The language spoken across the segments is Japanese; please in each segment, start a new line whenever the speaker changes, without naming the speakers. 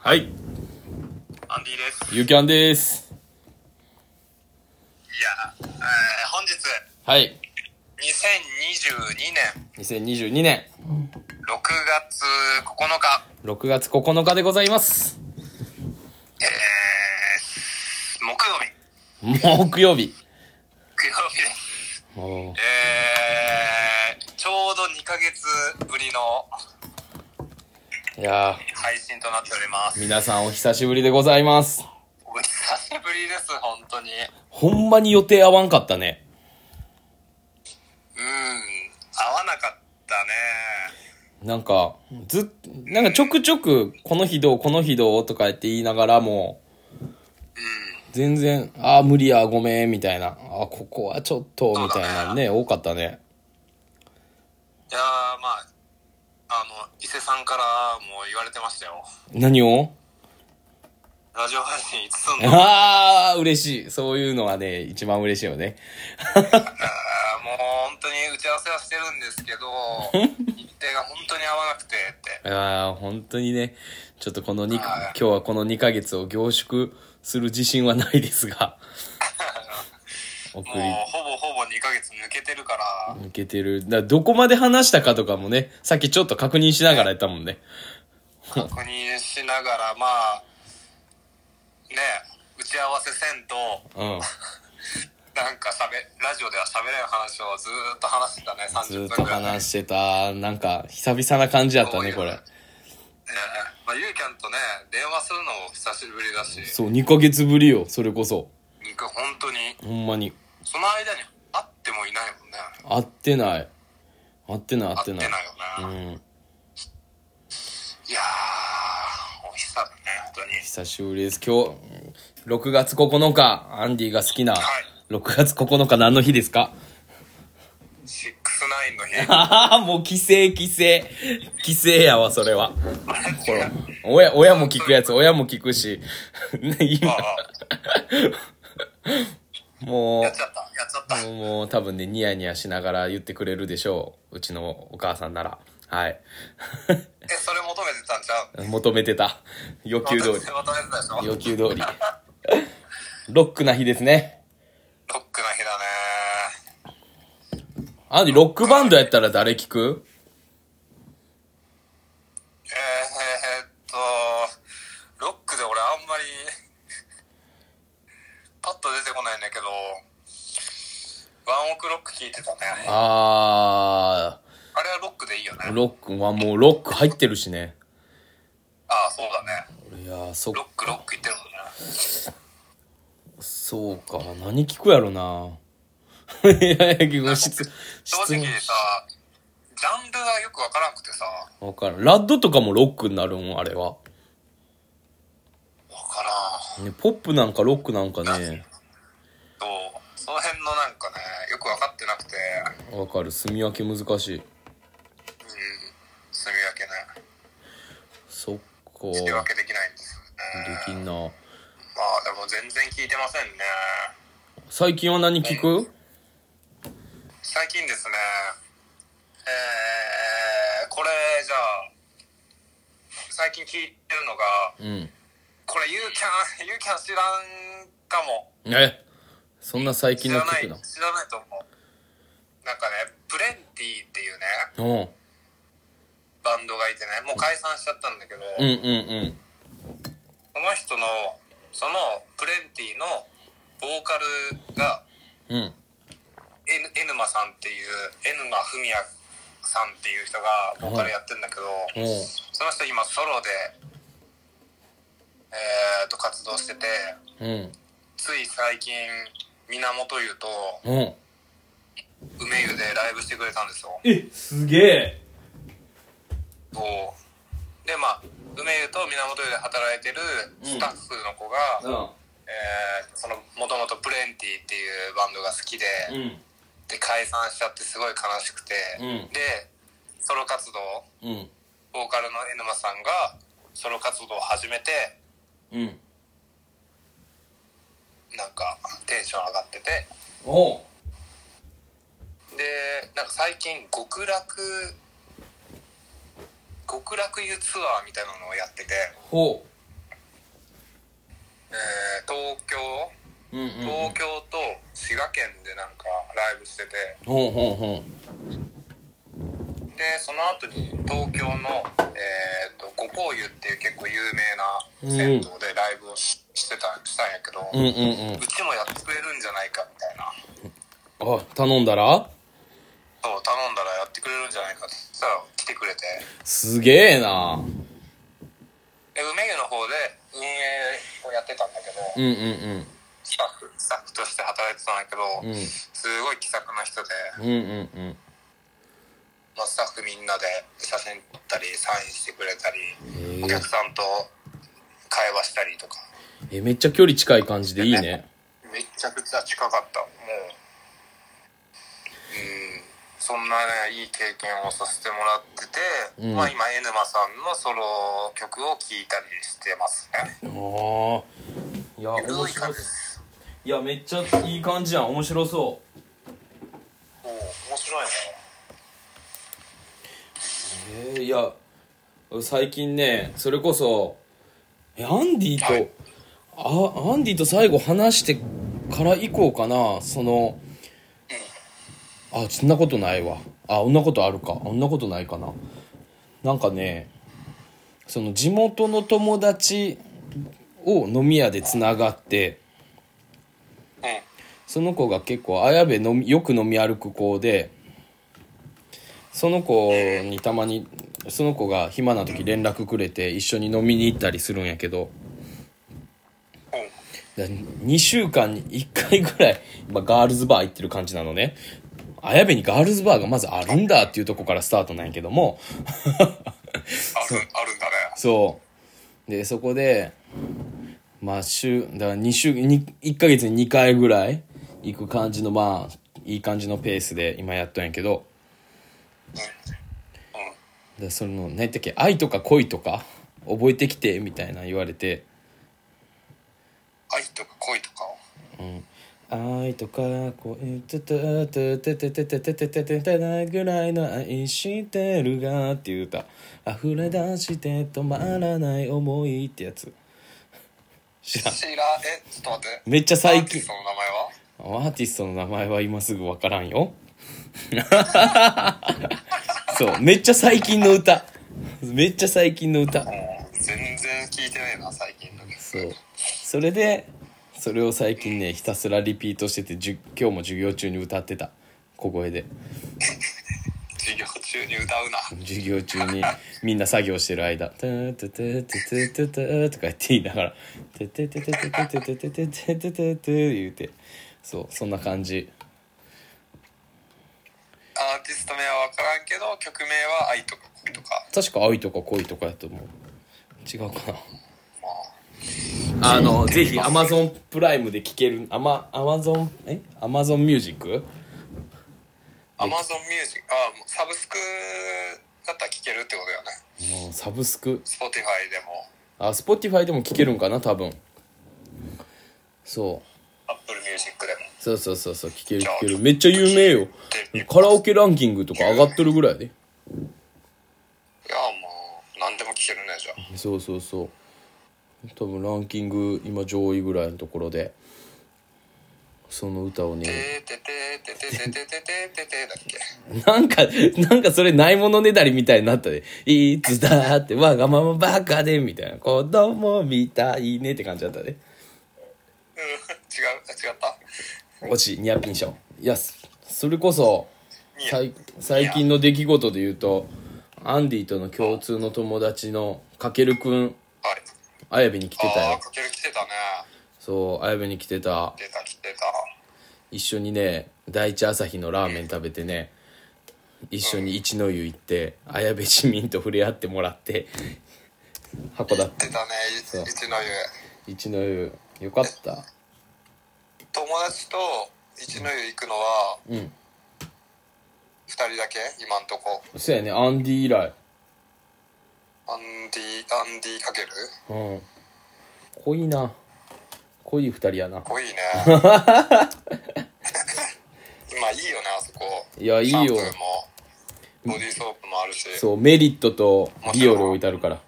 はい、
アンディです。
ゆきゃんです。
いや、えー、本日、
はい、
2022年
2022年
6月9日、
6月9日でございます。
えー、
木
木曜日、
曜日。
木曜日です。
おー
えー、ちょうど2ヶ月ぶりの
いや
配信となっておりま
ー、
す。
皆さんお久しぶりでございます。
お久しぶりです、本当に。
ほんまに予定合わんかったね。
うん、合わなかったね。
なんか、ずっ、なんかちょくちょく、この日どう、この日どうとか言って言いながらも、全然、ああ、無理や、ごめん、みたいな。あーここはちょっと、みたいなね、多かったね。
いやー、まあ、あの、伊勢さんからも言われてましたよ。
何を
ラジオ配信いつすんの
ああ、嬉しい。そういうのはね、一番嬉しいよね。
あーもう本当に打ち合わせはしてるんです けど日程が本当に合わなくてって
ああ、本当にね、ちょっとこの2、今日はこの2ヶ月を凝縮する自信はないです が、送
もうほぼほぼ2ヶ月抜けてるから
り抜けてる。だからどこまで話したかとかもね、さっきちょっと確認しながらやったもんね。
確認しながらまあね打ち合わせせんと
うん。
なんかしゃべラジオではしゃべれん話をずーっと話してたね
ずーっ
30
と
分ぐらい、ね
話してた。なんか、久々な感じやったね、これ。
えまあ、ゆうきゃんとね電話するのも久しぶりだし
そう、2ヶ月ぶりよ、それこそ。
なんか本当に
ほんまに。
その間に会ってもいないもんね
会ってない。会ってない、会って
会って
な
ないい。
うん。
よね、いやー、お日様ね、本当に。
久しぶりです。今日、うん6月9日、アンディが好きな、
はい
6月9日何の日ですか
シックスナインの日。あ
ああ、もう規制、規制。規制やわ、それは。
れ
ほ
違
ら
う。
親、親も聞くやつ、親も聞くし。ね今
あ、あ、
も
やっちゃった、やっちゃった。
う、もう多分ね、ニヤニヤしながら言ってくれるでしょう。うちのお母さんなら。はい。
え、それ求めてたんちゃう
求めてた。要求
求
通
めてたでしょ
り。要求通り。ロックな日ですね。
ロックな日だね。
アンディ、ロックバンドやったら誰聞く
えー、えーっと、ロックで俺あんまり、パッと出てこないんだけど、ワンオクロック聞いてたね。
あ
あれはロックでいいよ
ー、
ね。
ロックはもうロック入ってるしね。
ああ、そうだね。
いやー、そ
ロ、ックロック言ってるもんね。
そうか。何聞くやろな。 いやいや、結構質、
正
質
直さ、ジャンルがよくわからなくてさ、
問。わからん。ラッドとかもロックになるん、あれは。
わからん。
ね、ポップなんかロックなんかね、
そうその辺のなんかねよく分かってなくて
わかる。住み分け難しい。
うん住み分けね
そっか。
住み分
で
けできないんですよね
きんな。
まあでも全然聞いてませんね
最近は何聞く
最近ですねえー、これじゃあ最近聞いてるのが
うん。
これユーキャン ユーキャン知らんかも
えそんな最近
知
の
らな
聞く
い
の
知らないと思うなんかねプレンティっていうね
うん。
バンドがいてねもう解散しちゃったんだけど、
うんうん
その人のそのプレンティのボーカルが
うん。うん。
N, N マさんっていう N マ文也さんっていう人がボーカルやってんだけど、
おう
その人今ソロでえー、と活動してて
うん。
つい最近源湯と
うん。
梅湯でライブしてくれたんですよ。
え、すげえ。
そうでまあ梅湯と源湯で働いてるスタッフの子
う
が、
ん。
えーそのもともとプレンティっていうバンドが好きで。
うん。
で解散しちゃってすごい悲しくて、
うん
でソロ活動
うん。
ボーカルのエヌマさんがソロ活動を始めて
うん。
なんかテンション上がってて
おう
なんか最近極楽極楽湯ツアーみたいなのをやってて、
ほ
えー東京
う。うんうん。
東京と滋賀県でなんかライブしてて
ほうほうほ
でその後に東京の、えー、と五香湯っていう結構有
うん
名な銭湯でライブをししてたしたんやけど、
う。うんうんうん
う。ちもやってくれるんじゃないかみたいな
あ、頼んだら
そう頼んだらやってくれるんじゃないかって言ったら来てくれて
すげえな。
で梅湯の方で運営をやってたんだけど、
うんうんうん。
スタッフスタッフとして働いてたんだけど、
うん
すごい気さくな人で、
うんうんうん。
まあ、スタッフみんなで写真撮ったりサインしてくれたり
へえ
お客さんと会話したりとか
え、めっちゃ距離近い感じでいいね。
めっちゃくちゃ近かったもううんそんなねいい経験をさせてもらってて、
うん
まあ、今エ沼さんのソロ曲を聴いたりしてますね
ああ。いや、
ど
面
うい
白
う感じ
そ
で
う。
す
いや、めっちゃいい感じやん。面白そ
おお面白いね
う。えー、いや、最近ね、それこそ、え、アンディと、あ、アンディと最後話してから以降かな、その、あ、そんなことないわ。あ、そんなことあるか。あそんなことないかな。なんかね、その地元の友達を飲み屋でつながって、
うん
その子が結構綾部のみよく飲み歩く子でその子にたまにその子が暇な時連絡くれて一緒に飲みに行ったりするんやけど
うん
2週間に1回ぐらい、まあ、ガールズバー行ってる感じなのね綾部にガールズバーがまずあるんだっていうとこからスタートなんやけども
あるあるんだね
そうでそこでまあ週だから2週に1ヶ月に2回ぐらい行く感じのまあいい感じのペースで今やったんやけど
うんうん
でその何やったっけ愛とか恋とか覚えてきてみたいな言われて
愛とか恋とかを
愛とか恋とととててててててててててぐらいの愛してるがっていう歌溢れ出して止まらない思いってやつ知らん
知らんえちょっと待って
めっちゃ最近
アーティストの名前は
アーティストの名前は今すぐわからんよ そうめっちゃ最近の歌めっちゃ最近の歌
もう全然聞いてねえな最近のです
そうそれでそれを最近ねひたすらリピートしててじゅ今日も授業中に歌ってた小声で
授業中に歌うな
授業中にみんな作業してる間「トゥトゥトゥトゥトゥトゥ」とか言って言いながら「トゥトゥトゥトゥトゥトゥトゥトゥトゥトゥトゥトゥ」言うてそうそんな感じ
アーティスト名は分からんけど曲名は愛とか恋とか
確か愛とか恋とかやと思う違うかな
まあ
あの、ぜひ Amazon プライムで聴ける、アマ、アマゾン、えアマゾンミュージック
アマゾンミュージックあもうサブスクだったら聴けるってことだよね
もうサブスク。
Spotify でも
あ、Spotify でも聴けるんかな、多分。そう。
Apple ミュージックでも
そうそうそう、そう聴ける聴ける。めっちゃ有名よ。
で
カラオケランキングとか上がっとるぐらいやで。
いやもう何でも聴けるねじゃあ
そうそうそう。多分ランキング、今上位ぐらいのところで。その歌を
「
ね。
ててててててててててて」だっけ
なんか、なんかそれないものねだりみたいになったで。いつだってわがままばかで、みたいな。子供みたいねって感じだったで。
うん違うあ違った
惜しい、ニアピン賞。いや、そそれこそ、
ニア
さい最近の出来事で言うと、アンディとの共通の友達のかけるくん、
はい
綾部に来てた
ああ
よ
ー。かける来てたね
そう、綾部に来てた。
来てた来てた
一緒にね、第一朝日のラーメン食べてね、一緒に一の湯行って、綾部市民と触れ合ってもらって、函館
出たね
う
い一の湯
一の湯よかった
友達と一の湯行くのは
うん
2人だけ今んとこ
そうやねアンディ以来
アンディアンディかける
うん濃い な濃い二人やな
濃いねまあいいよねあそこ
いやいいよ
シャンプーもボディーソープもあるし
そう、メリットとビオル置いてあるから。
ね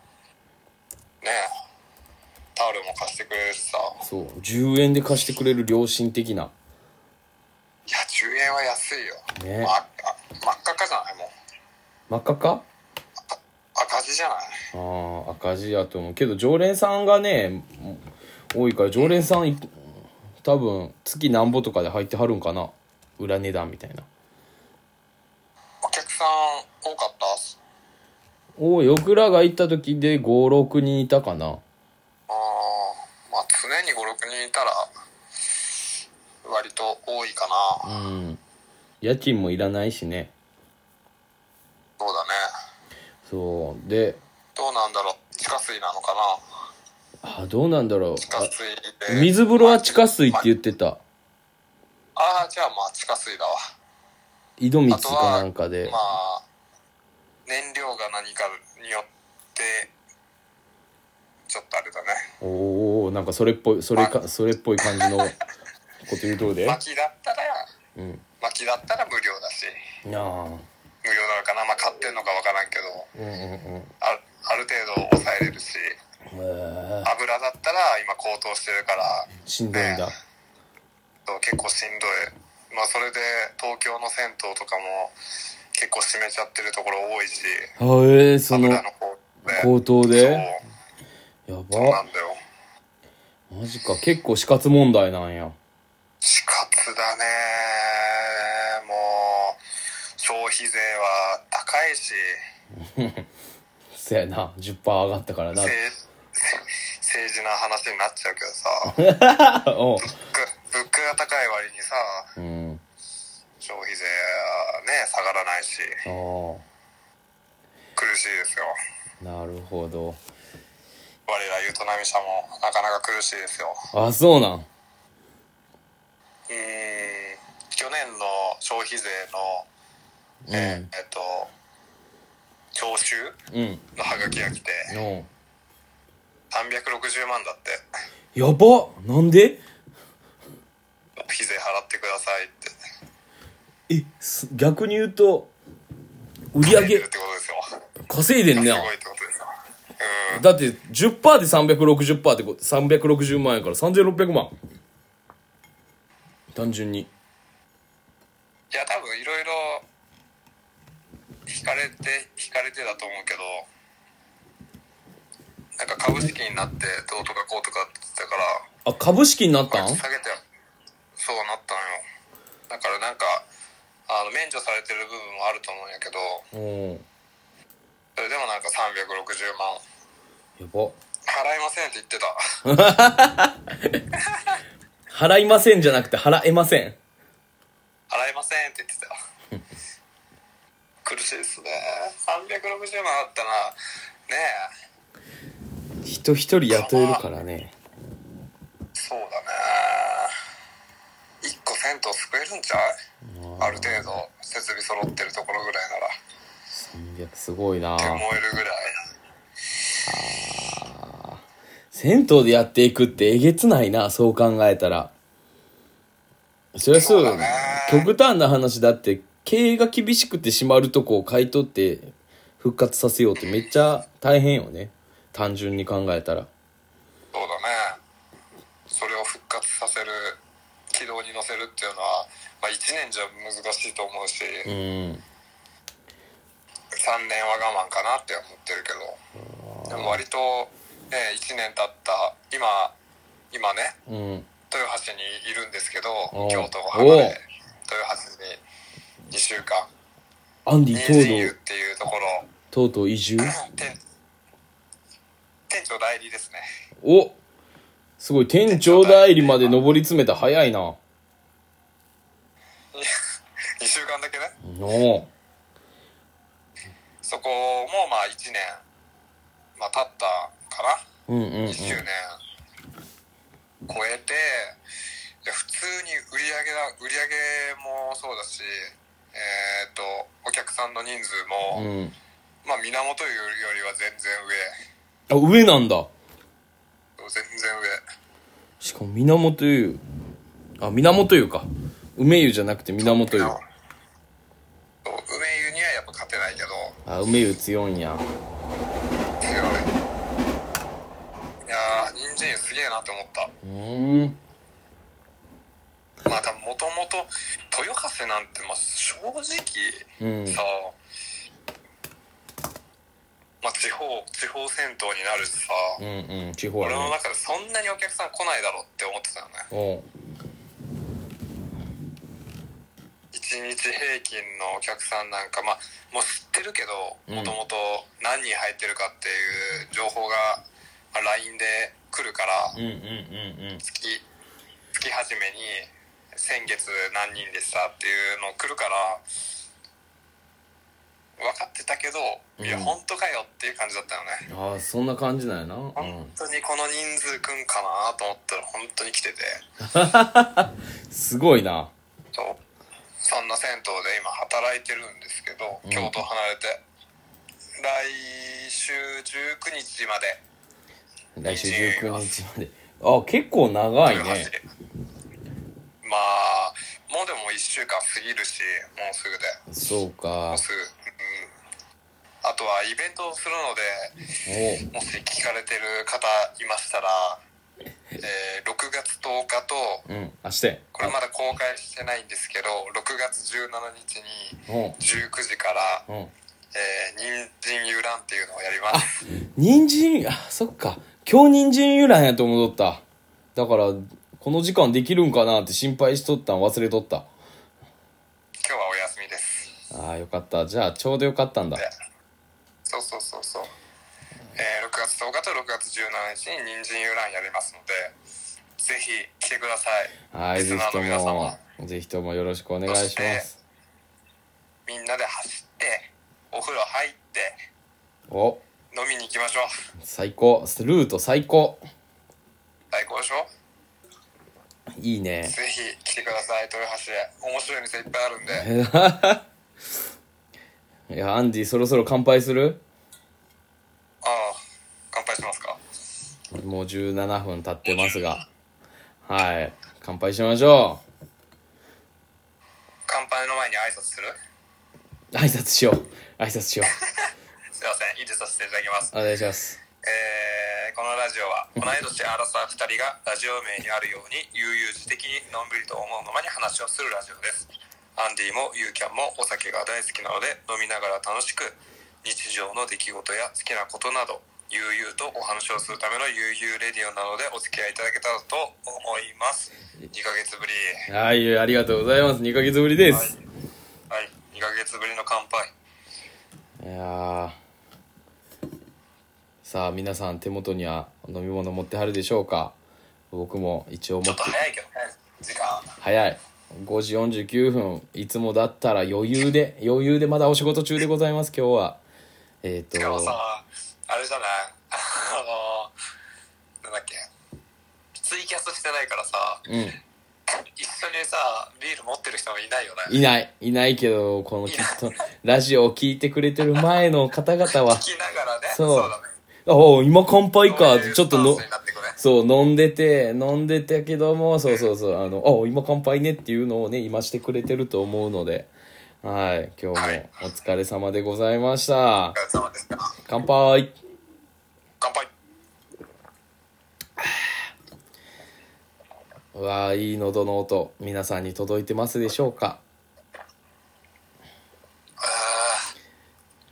タオルも貸してくれるしさい
そう、10円で貸してくれる良心的な。
や10円は安いよ、
ね
まあ、あ真っ赤っかじゃないもう
真っ赤か
赤字じゃない
ああ、赤字やと思う。けど、常連さんがね、多いから、常連さんい、多分、月なんぼとかで入ってはるんかな。裏値段みたいな。
お客さん多かった
おお、よくらが行った時で5、6人いたかな。
あーまあ常に56人いたら割と多いか
う。
なん
家賃もいらないしね。
そうだね
そう。で、
どうなんだろう地下水なのかな
あ、どうなんだろう。
地下
あ
水で
水風呂は地下水って言ってた。
ああじゃあまあ地下水だわ
井戸水
あと
か
は
なんかで
ま。あ燃料が何かによってちょっとあれだね
おおなんかそれっぽいそれかそれっぽい感じのこと言うとるで
薪だったら
うん
薪だったら無料だし
なあ
無料なのかなまあ買ってんのかわからんけど
うんうんうん
あある程度抑えれるし
えー
油だったら今高騰してるから
しんどいんだ
そう結構しんどい、まあ、それで東京の銭湯とかも結構閉めちゃってるところ多いし
あえー、その
油の方で
高騰
そう
でや
そうな
ば
んだよ
マジか結構死活問題なんや
死活だねもう消費税は高いし
せやな10%上がったからな
政政治な話になっちゃうけどさ
おう
物価が高い割にさ
うん
消費税はね下がらないし
ああ
苦しいですよ
なるほど
我らゆとなみ社もなかなか苦しいですよ
あそうなん
うーん去年の消費税の、えーえっと徴収
うん
のハガキが来て
おう
360万だって
やばなんで
消費税払ってくださいって
えす逆に言うと売り上
言ってる
げ
ってことですよ
稼いでん
す
ね
ご
や
いってことですようん
だって10%で360%ってこと360万円から3600万単純に
いや多分いろいろ引かれて引かれてだと思うけどなんか株式になってどうとかこうとかって言ってたから
あ株式になったん
下げてそうなったのよだからなんかあの免除されてる部分もあると思うんやけど
うん
それでもなんか360万
やば
払いませんって言ってた
払いませんじゃなくて払えません
払いませんって言ってた 苦しいですね360万あったらねえ
人一人雇えるからね
そうだね1個銭湯救えるんちゃうある程度設備揃ってるところぐらいなら
300すごいな
って思えるぐらい
銭湯でやっていくってえげつないなそう考えたらそりゃそう
そうだね
極端な話だって経営が厳しくて閉まるとこを買い取って復活させようってめっちゃ大変よね単純に考えたら
そうだねそれを復活させる軌道に乗せるっていうのは、まあ、1年じゃ難しいと思うし、
うん
3年は我慢かなって思ってるけどでも割と、ね、1年経った今今ね
うん
豊橋にいるんですけど
おう
京都を離
おう
れ豊橋に2週間
アンデ
人参湯っ
ィ
ていうところ
とうとうとうとう移住
店店長代理ですね
おすごい店長代理まで上り詰めた早いな
2週間だけね
の
そこもまあ1年、まあ、経ったかな
うんうんうん
1周年超えていや普通に売り上げだ売り上げもそうだしえっ、とお客さんの人数も、
うん
まあ源よりは全然
あ上なんだ
上全然上
しかも源湯あ源湯か梅湯じゃなくて源湯。
そう梅湯にはやっぱ勝てないけど
あ、梅湯強いんや。
強いいやー人参湯すげえなって思った
うーん。
まあ多分もともと豊橋なんてまあ正
う
直
ん。
さ、まあ地方地方銭湯になるしさ、
うんうん。地方や
俺の
ね。
中でそんなにお客さん来ないだろうって思ってたよね
おう
1日平均のお客さんなんかまあもう知ってるけど
うん
もともと何人入ってるかっていう情報が、まあ LINE で来るか
う
ら
んうんうんうん。
月月始めに先月何人でしたっていうの来るから分かってたけど、いや
うん
本当かよっていう感じだったよ
あ
ね
あ、そんな感じなんやな。うん。
本当にこの人数くんかなと思ったら本当に来てて
すごいな。
そうそんな銭湯で今働いてるんですけど
うん
京都離れて、来週19日まで
来週19日まで。あ、結構長いね
豊。橋まあもうでも1週間過ぎるしもうすぐで
そうか
もう。すぐうんあとはイベントをするので
お
もし聞かれてる方いましたら、えー6月10日と
う。うん。明日や。
これまだ公開してないんですけど6月17日に
おう。
19時から
うん。
「えー、人参遊覧」っていうのをやります
人参、あ、そっか。今日人参由来やと思っとった。だから、この時間できるんかなって心配しとったん忘れとった。
今日はお休みです
ああ、よかった。じゃあ、ちょうどよかったんだ
で。そうそうそうそう、えー6月10日と6月17日に人参遊覧やりますのでぜひ来てください
はい、
リス
ぜ
ナ
ひ
ー
と
の皆様
も、ぜひともよろしくお願いします。
みんなで走ってお風呂入って
お、
飲みに行きましょう
最高。ルート最高。
最高でしょ
いいね。
ぜひ来てください豊橋へ面白い店いっぱいあるんで
いや、アンディ、そろそろ乾杯する
ああ乾杯しますか
もう17分経ってますが。はい。乾杯しましょ
乾杯の前に挨拶する
う。挨拶しよう。挨拶しよ
すいません入れさせていただきます
う。お願いします。
えーこのラジオは同い年アラサー2人がラジオ名にあるように悠々自適にのんびりと思うままに話をするラジオですアンディもユーキャンもお酒が大好きなので飲みながら楽しく日常の出来事や好きなことなど悠々とお話をするための悠々レディオなのでお付き合いいただけたらと思います2ヶ月ぶり
はい、ありがとうございます。2ヶ月ぶりです。
はい2ヶ月ぶりの乾杯
いやーさあ、皆さん手元には飲み物持ってはるでしょうか僕も一応持
ちょ
っ
ってと、早いけどね時間
早い。5時49分。いつもだったら余裕で、余裕でまだお仕事中でございます、今日は。えっ、
しかもさ
と、
あれじゃない あのなんだっけツイキャスしてないからさ
うん。
一緒にさビール持ってる人もいないよね
いない、いないけど、このきっと、ラジオを聞いてくれてる前の方々は、
聞きながらね
そう
だね
あおう今乾杯
そう
か、
いう
ちょっとの
スタンスに、なてくね
そう、飲んでて、飲んでたけども、そうそうそう、あの、あお今乾杯ねっていうのをね、今してくれてると思うので、はい、今日も
はい
お疲れ様でございました
お。疲れ様です
乾杯
乾杯
うわーいい喉の音、皆さんに届いてますでしょうか
あ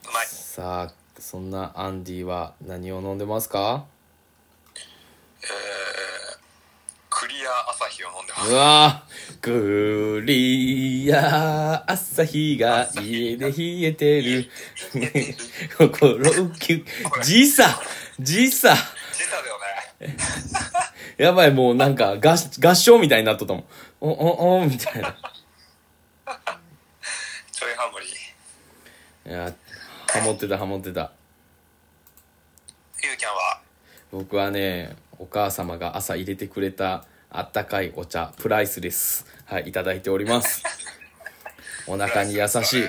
ーうまい
さあ、そんなアンディは何を飲んでますか
えー、クリア朝日を飲んでます
うわぁ、クリア朝日が家で冷えてる。心浮き、時差、時差。
時差だよね
やばい、もうなんか合合唱みたいになっとったもん。お、お、お、みたいな。
ちょいハモリ
いや、ハモってた、ハモってた。
ゆうきゃんは
僕はね、お母様が朝入れてくれたあったかいお茶、プライスです。はい、いただいております。お腹に優しい。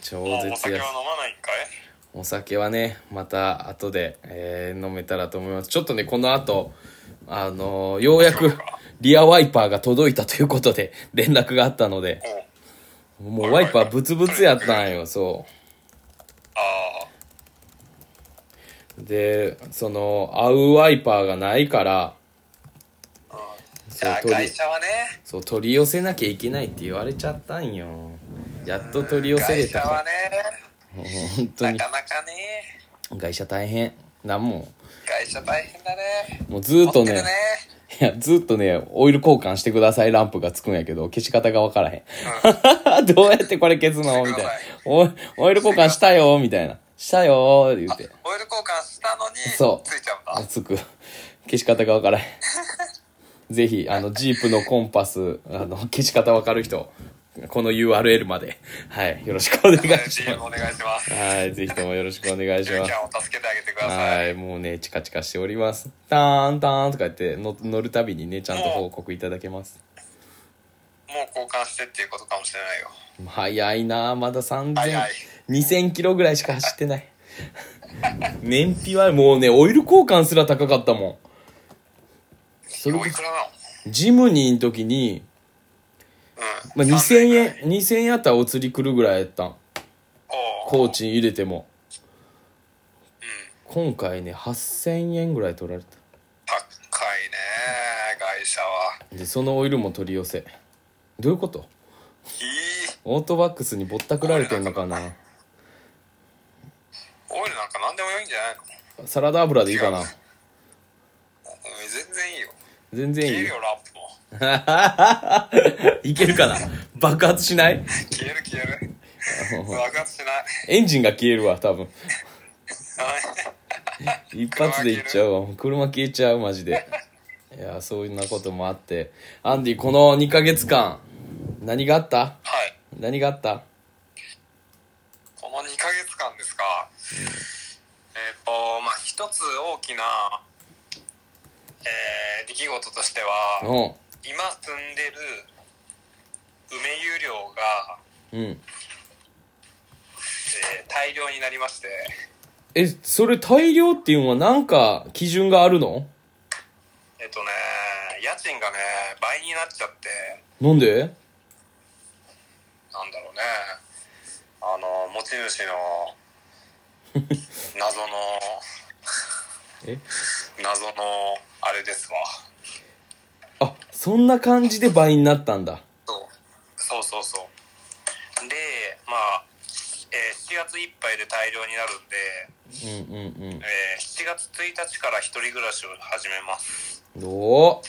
超
もうお
絶
酒
優しい
は。飲まないんかい
お酒はねまた後で、えー飲めたらと思いますちょっとねこの後あのーようやくリアワイパーが届いたということで、連絡があったので、
おう
もうワイパーブツブツやったんよ、そう。
ああ
でその合うワイパーがないから
じゃあ
そう取
会
り
社はね
そう取り寄せなきゃいけないって言われちゃったんよやっと取り寄せれ
会
た
社
か
はね
ら本当
な
に
かなかね
会社大変なんも
会社大変だね
もうずーっとね
持ってるね
いやずーっとねオイル交換してくださいランプがつくんやけど消し方がわからへん、 どうやってこれ消すのみたいなオイオイル交換したよみたいなしたよーって言
あ
って
オイル交換したのに
そう
ついちゃうんだ
熱く消し方がわから へんぜひあのジープのコンパスあの消し方わかる人この URL まではいよろしくお願いし
DM
ま
お願いします
すはいぜひともよろしくお願いし
ゆう
ま
ち
す
ゃんを助けてあげてくださ
はいいもうねチカチカしておりますターンターンとか言っての乗るたびにねちゃんと報告いただけます
もう交換してっていうことかもしれないよ
早いなあまだ
早い
30002000キロぐらいしか走ってない 燃費はもうねオイル交換すら高かったもんそれこ
おいくらなの
ジムニーの時に、ま
う
あ、
ん、
2000円
300
2000円やったらお釣り来るぐらいやったん
おう
コーチン入れても今回ね8000円ぐらい取られた
高いね会社は
でそのオイルも取り寄せどういうこと
いい
オートバックスにぼったくられてんのかな
オイルなんか何でも良いんじゃないの
サラダ油でいいかな
違ううん全然いいよ
全然
消え
いい
るよランプも
いけるかな爆発し ない
消える消える爆発しない
エンジンが消えるわ多分
はい
一発でいっちゃうわ車消えちゃうマジでいやそんなこともあってアンディこの2ヶ月間何があった
はい
何があった
この2ヶ月間ですか、えっ、とまあ一つ大きな、えー出来事としては
う
今住んでる梅湯量が、
んうん
えー大量になりまして
えそれ大量っていうのはなんか基準があるの
えっ、とね家賃がね倍になっちゃって
なんで
なんだろうねあの持ち主の謎の
え
謎のあれですわ
あそんな感じで倍になったんだ
そうそうそうそうでまあ、えー7月いっぱいで大量になるんで、
うんうん
えー7月1日から一人暮らしを始めます
うんおー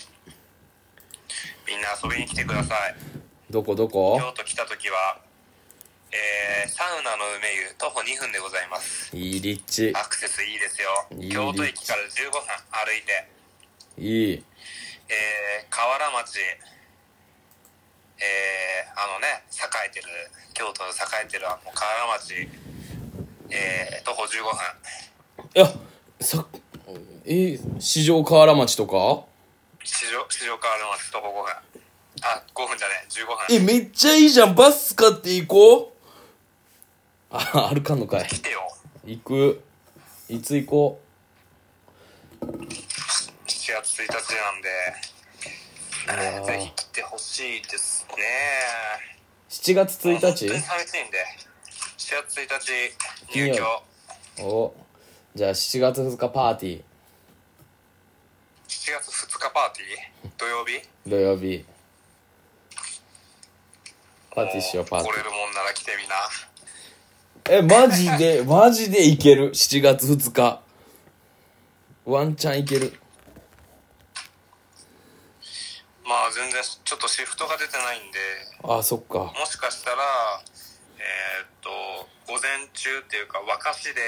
みんな遊びに来てください
どこどこ
京都来た時は、えーサウナの梅湯徒歩2分でございます
いい立地
アクセスいいですよ
いいね
京都駅から15分歩いて、
いい
えー河原町えーあのね栄えてる京都の栄えてるあの河原町えー徒歩15分
いやさえ市場河原町とか
市場市場河原町徒歩5分あ5分じゃねえ
え
15分
めっちゃいいじゃんバス買って行こうあ歩かんのかい
来てよ
行くいつ行こ
7月1日なんで
やー
ぜひ来てほしいですね
う7月1
本当に
日
寂しいんで7月1日
金
入
曜
居
おじゃあ7月2日パーティー
7月2日パーティー土曜日
土曜日パーティーしようパーテ
来れるもんなら来てみな
ィーえマジでマジでいける7月2日ワンチャンいける
まあ全然ちょっとシフトが出てないんで
あそっか
もしかしたらえーっと午前中っていうか若市で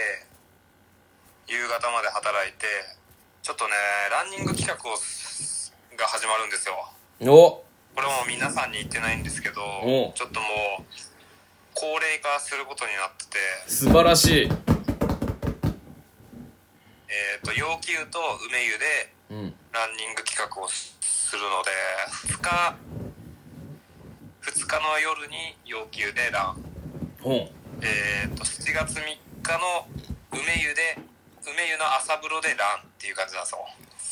夕方まで働いてちょっとねランニング企画をすが始まるんですよ
お
これも皆さんに言ってないんですけど
おう
ちょっともう高齢化することになってて
素晴らしい
えーっと陽気湯と梅湯で
うん
ランニング企画をすするので2日2日の夜に要求でラン
ほん
えー、と7月3日の梅湯で梅湯の朝風呂でランっていう感じなんですよ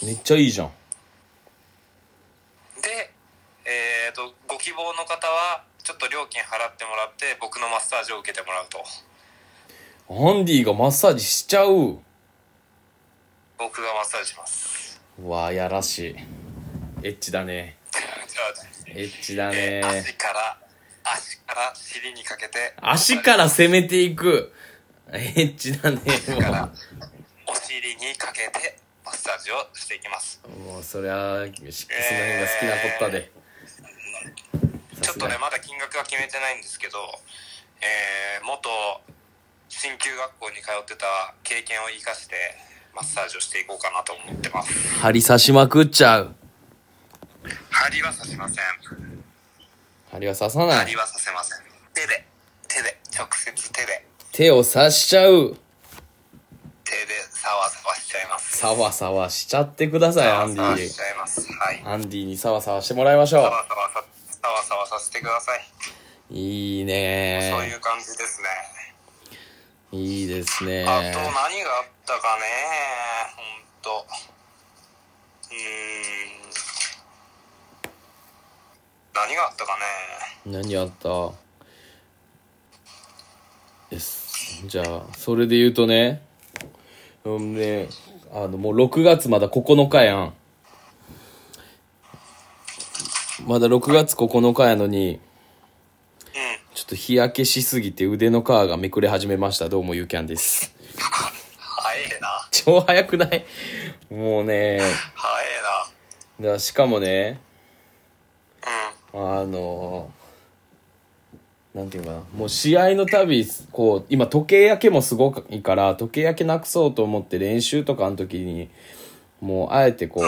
めっちゃいいじゃん
で、えー、とご希望の方はちょっと料金払ってもらって僕のマッサージを受けてもらうと
アンディがマッサージしちゃう
僕がマッサージします
うわやらしいエッチだね
じゃあ、
エッチだね
えー足から足から尻にかけて
足から攻めていくエッチだね
からお尻にかけてマッサージをしていきます
もうもうそりゃシックスナインが好きなこったで、
ちょっとねまだ金額は決めてないんですけど、えー元鍼灸学校に通ってた経験を生かしてマッサージをしていこうかなと思ってます
針刺しまくっちゃう
針は刺しません
針は刺さない
針は刺せません手で手で直接手で
手を刺しちゃう
手でサワサワしちゃいます
サワサワしちゃってくださいアンデ
サワサワし
ィ
ちゃいますはい
アンディにサワサワしてもらいましょ
サワサワさサワサワさせてください、
ういい
そうい
ね
う感じですね
いいですね
あと何があったかねほんとうーん何があったかね
何あったですじゃあそれで言うとねうんねあのもう6月まだ9日やんまだ6月9日やのに
うん
ちょっと日焼けしすぎて腕の皮がめくれ始めましたどうもゆうきゃんです
早えな
超早くないもうね
早え
だからしかもね
なうん
あのなんていうかなもう試合のたびこう今時計焼けもすごくいいから時計焼けなくそうと思って練習とかの時にもうあえてこ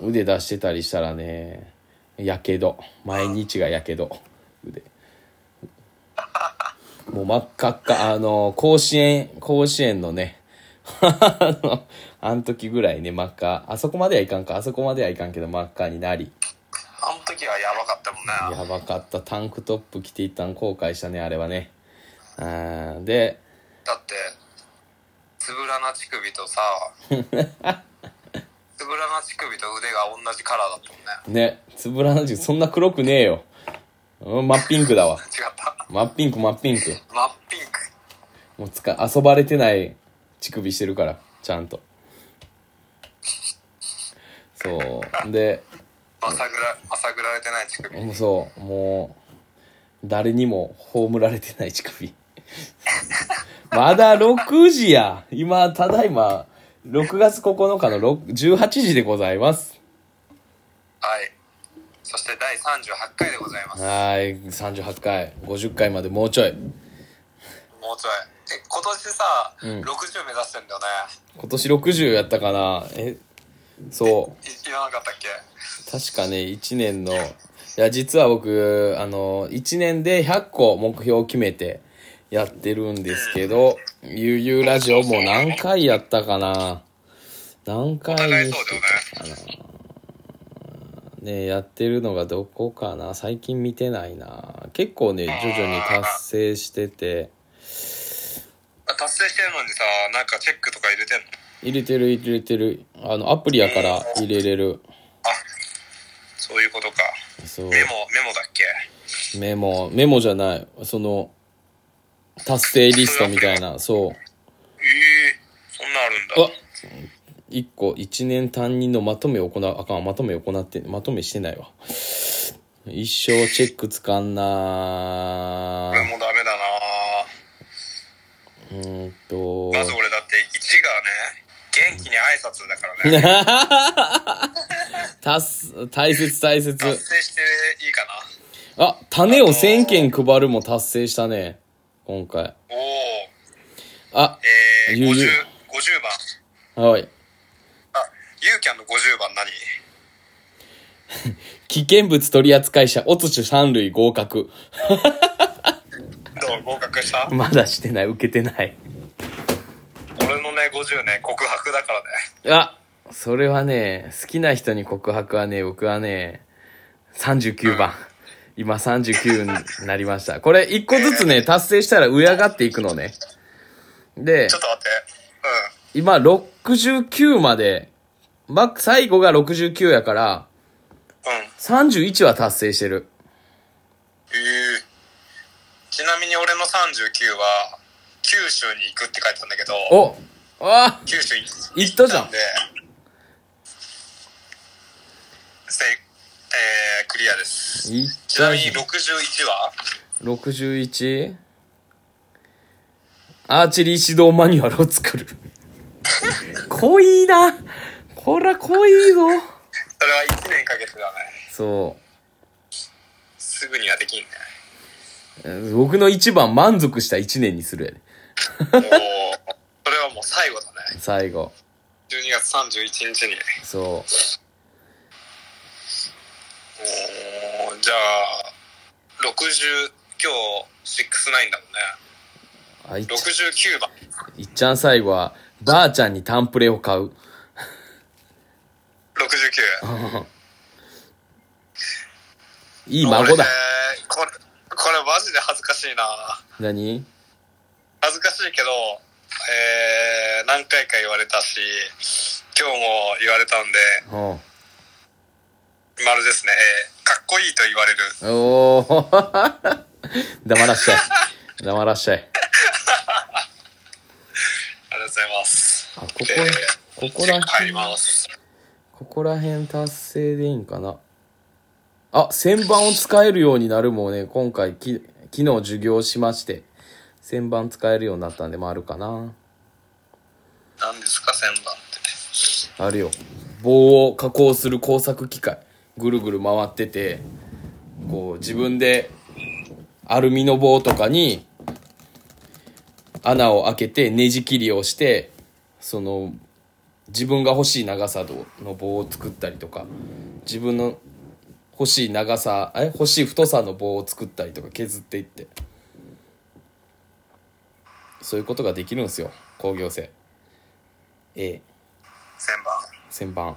う腕出してたりしたらねやけど毎日がやけど腕もう真っ赤っかあの甲子園甲子園のね あのあの時ぐらいね真っ赤あそこまではいかんかあそこまではいかんけど真っ赤になり
あの時はやばかったもんね
やばかったタンクトップ着ていったん後悔したねあれはねあーで
だってつぶらな乳首とさ つぶらな乳首と腕が同じカラーだったもんね
ねつぶらなじそんな黒くねえよ、うん、真っピンクだわ
違った
真っピンク真っピンク
真っピンク
もうつか遊ばれてない乳首してるからちゃんとそうで
まさぐらまさぐられてない乳首
もうそうもう誰にも葬られてない乳首まだ6時や今ただいま6月9日の6 18時でございます
はいそして第38回でございます
はい38回50回までもうちょい
もうちょいえ今年さ、
ん
60目指してんだよね
今年60やったかなえそう
い言わなかったっけ
確かね1年のいや実は僕あの1年で100個目標を決めてやってるんですけど「ゆうゆうラジオ」もう何回やったかな何回
互い
に
そうだよね
ねやってるのがどこかな最近見てないな結構ね徐々に達成してて
あ達成してるのにさなんかチェックとか入れてんの
入れてる入れてるあのアプリやから入れれる
あそういうことか
そう
メモメモだっけ
メモメモじゃないその達成リストみたいなそう
ええそんなんあるんだ
あ一個一年担任のまとめを行うあかんまとめを行ってまとめしてないわ一生チェックつかんな
これもダメだな
うーんと
まず俺だって1がね元気に挨拶だからね
たす大切大
達
切
成していいかな
あ種を1000件配るも達成したね今回
おお
あ
えー、
ゆうゆう
50, 50番
はい
あゆうきゃんの50番何
危険物取扱者おつし三類合格
どう合格した
まだしてない受けてない
俺のね50ね告白だからね
あそれはね好きな人に告白はね僕はね39番今39になりましたこれ1個ずつね達成したら上上がっていくのねで
ちょっと待って
今69までバック最後が69やから
うんうん
31は達成してる。
えーちなみに俺の39は九州に行くって書いてたんだけど
おあ
九州に
行ったじゃん
でせえークリアです
いっ
ち
た
なみに
じ
61は
ゃん 61? アーチェリー指導マニュアルを作 る。濃いな。こら濃いぞ。
それは1年かけてだね
そ
すぐにはできんね
うえー。僕の一番満足した一年にするやで。
おお それはもう最後だね
最後。
12月31日に
そ
おーじゃあ60今日69だもんね
う。あ、いっちゃ
69番
いっちゃん最後は、ばあちゃんにタンプレを買 う。
69
いい孫だ。
俺ねこれこれマジで恥ずかしいな
何
恥ずかしいけどえー、何回か言われたし今日も言われたんで
おう
丸ですね、えーかっこいいと言われる
おー 黙らしちゃい。黙らしちゃい。
ありがとうございます
あ、こ
で
こ、ここら
帰り
辺、
ます
ここら辺達成でいいんかな。あ、旋盤を使えるようになるもんね、今回き、昨日授業しまして、旋盤使えるようになったんで、まああるかな。
何ですか千番って
あるよ。棒を加工する工作機械。ぐるぐる回ってて、こう自分でアルミの棒とかに穴を開けてねじ切りをして、その自分が欲しい長さの棒を作ったりとか、自分の欲しい長さ、え欲しい太さの棒を作ったりとか削っていって。そういうことができるんですよ、工業生。ええ。
千
旋
番
盤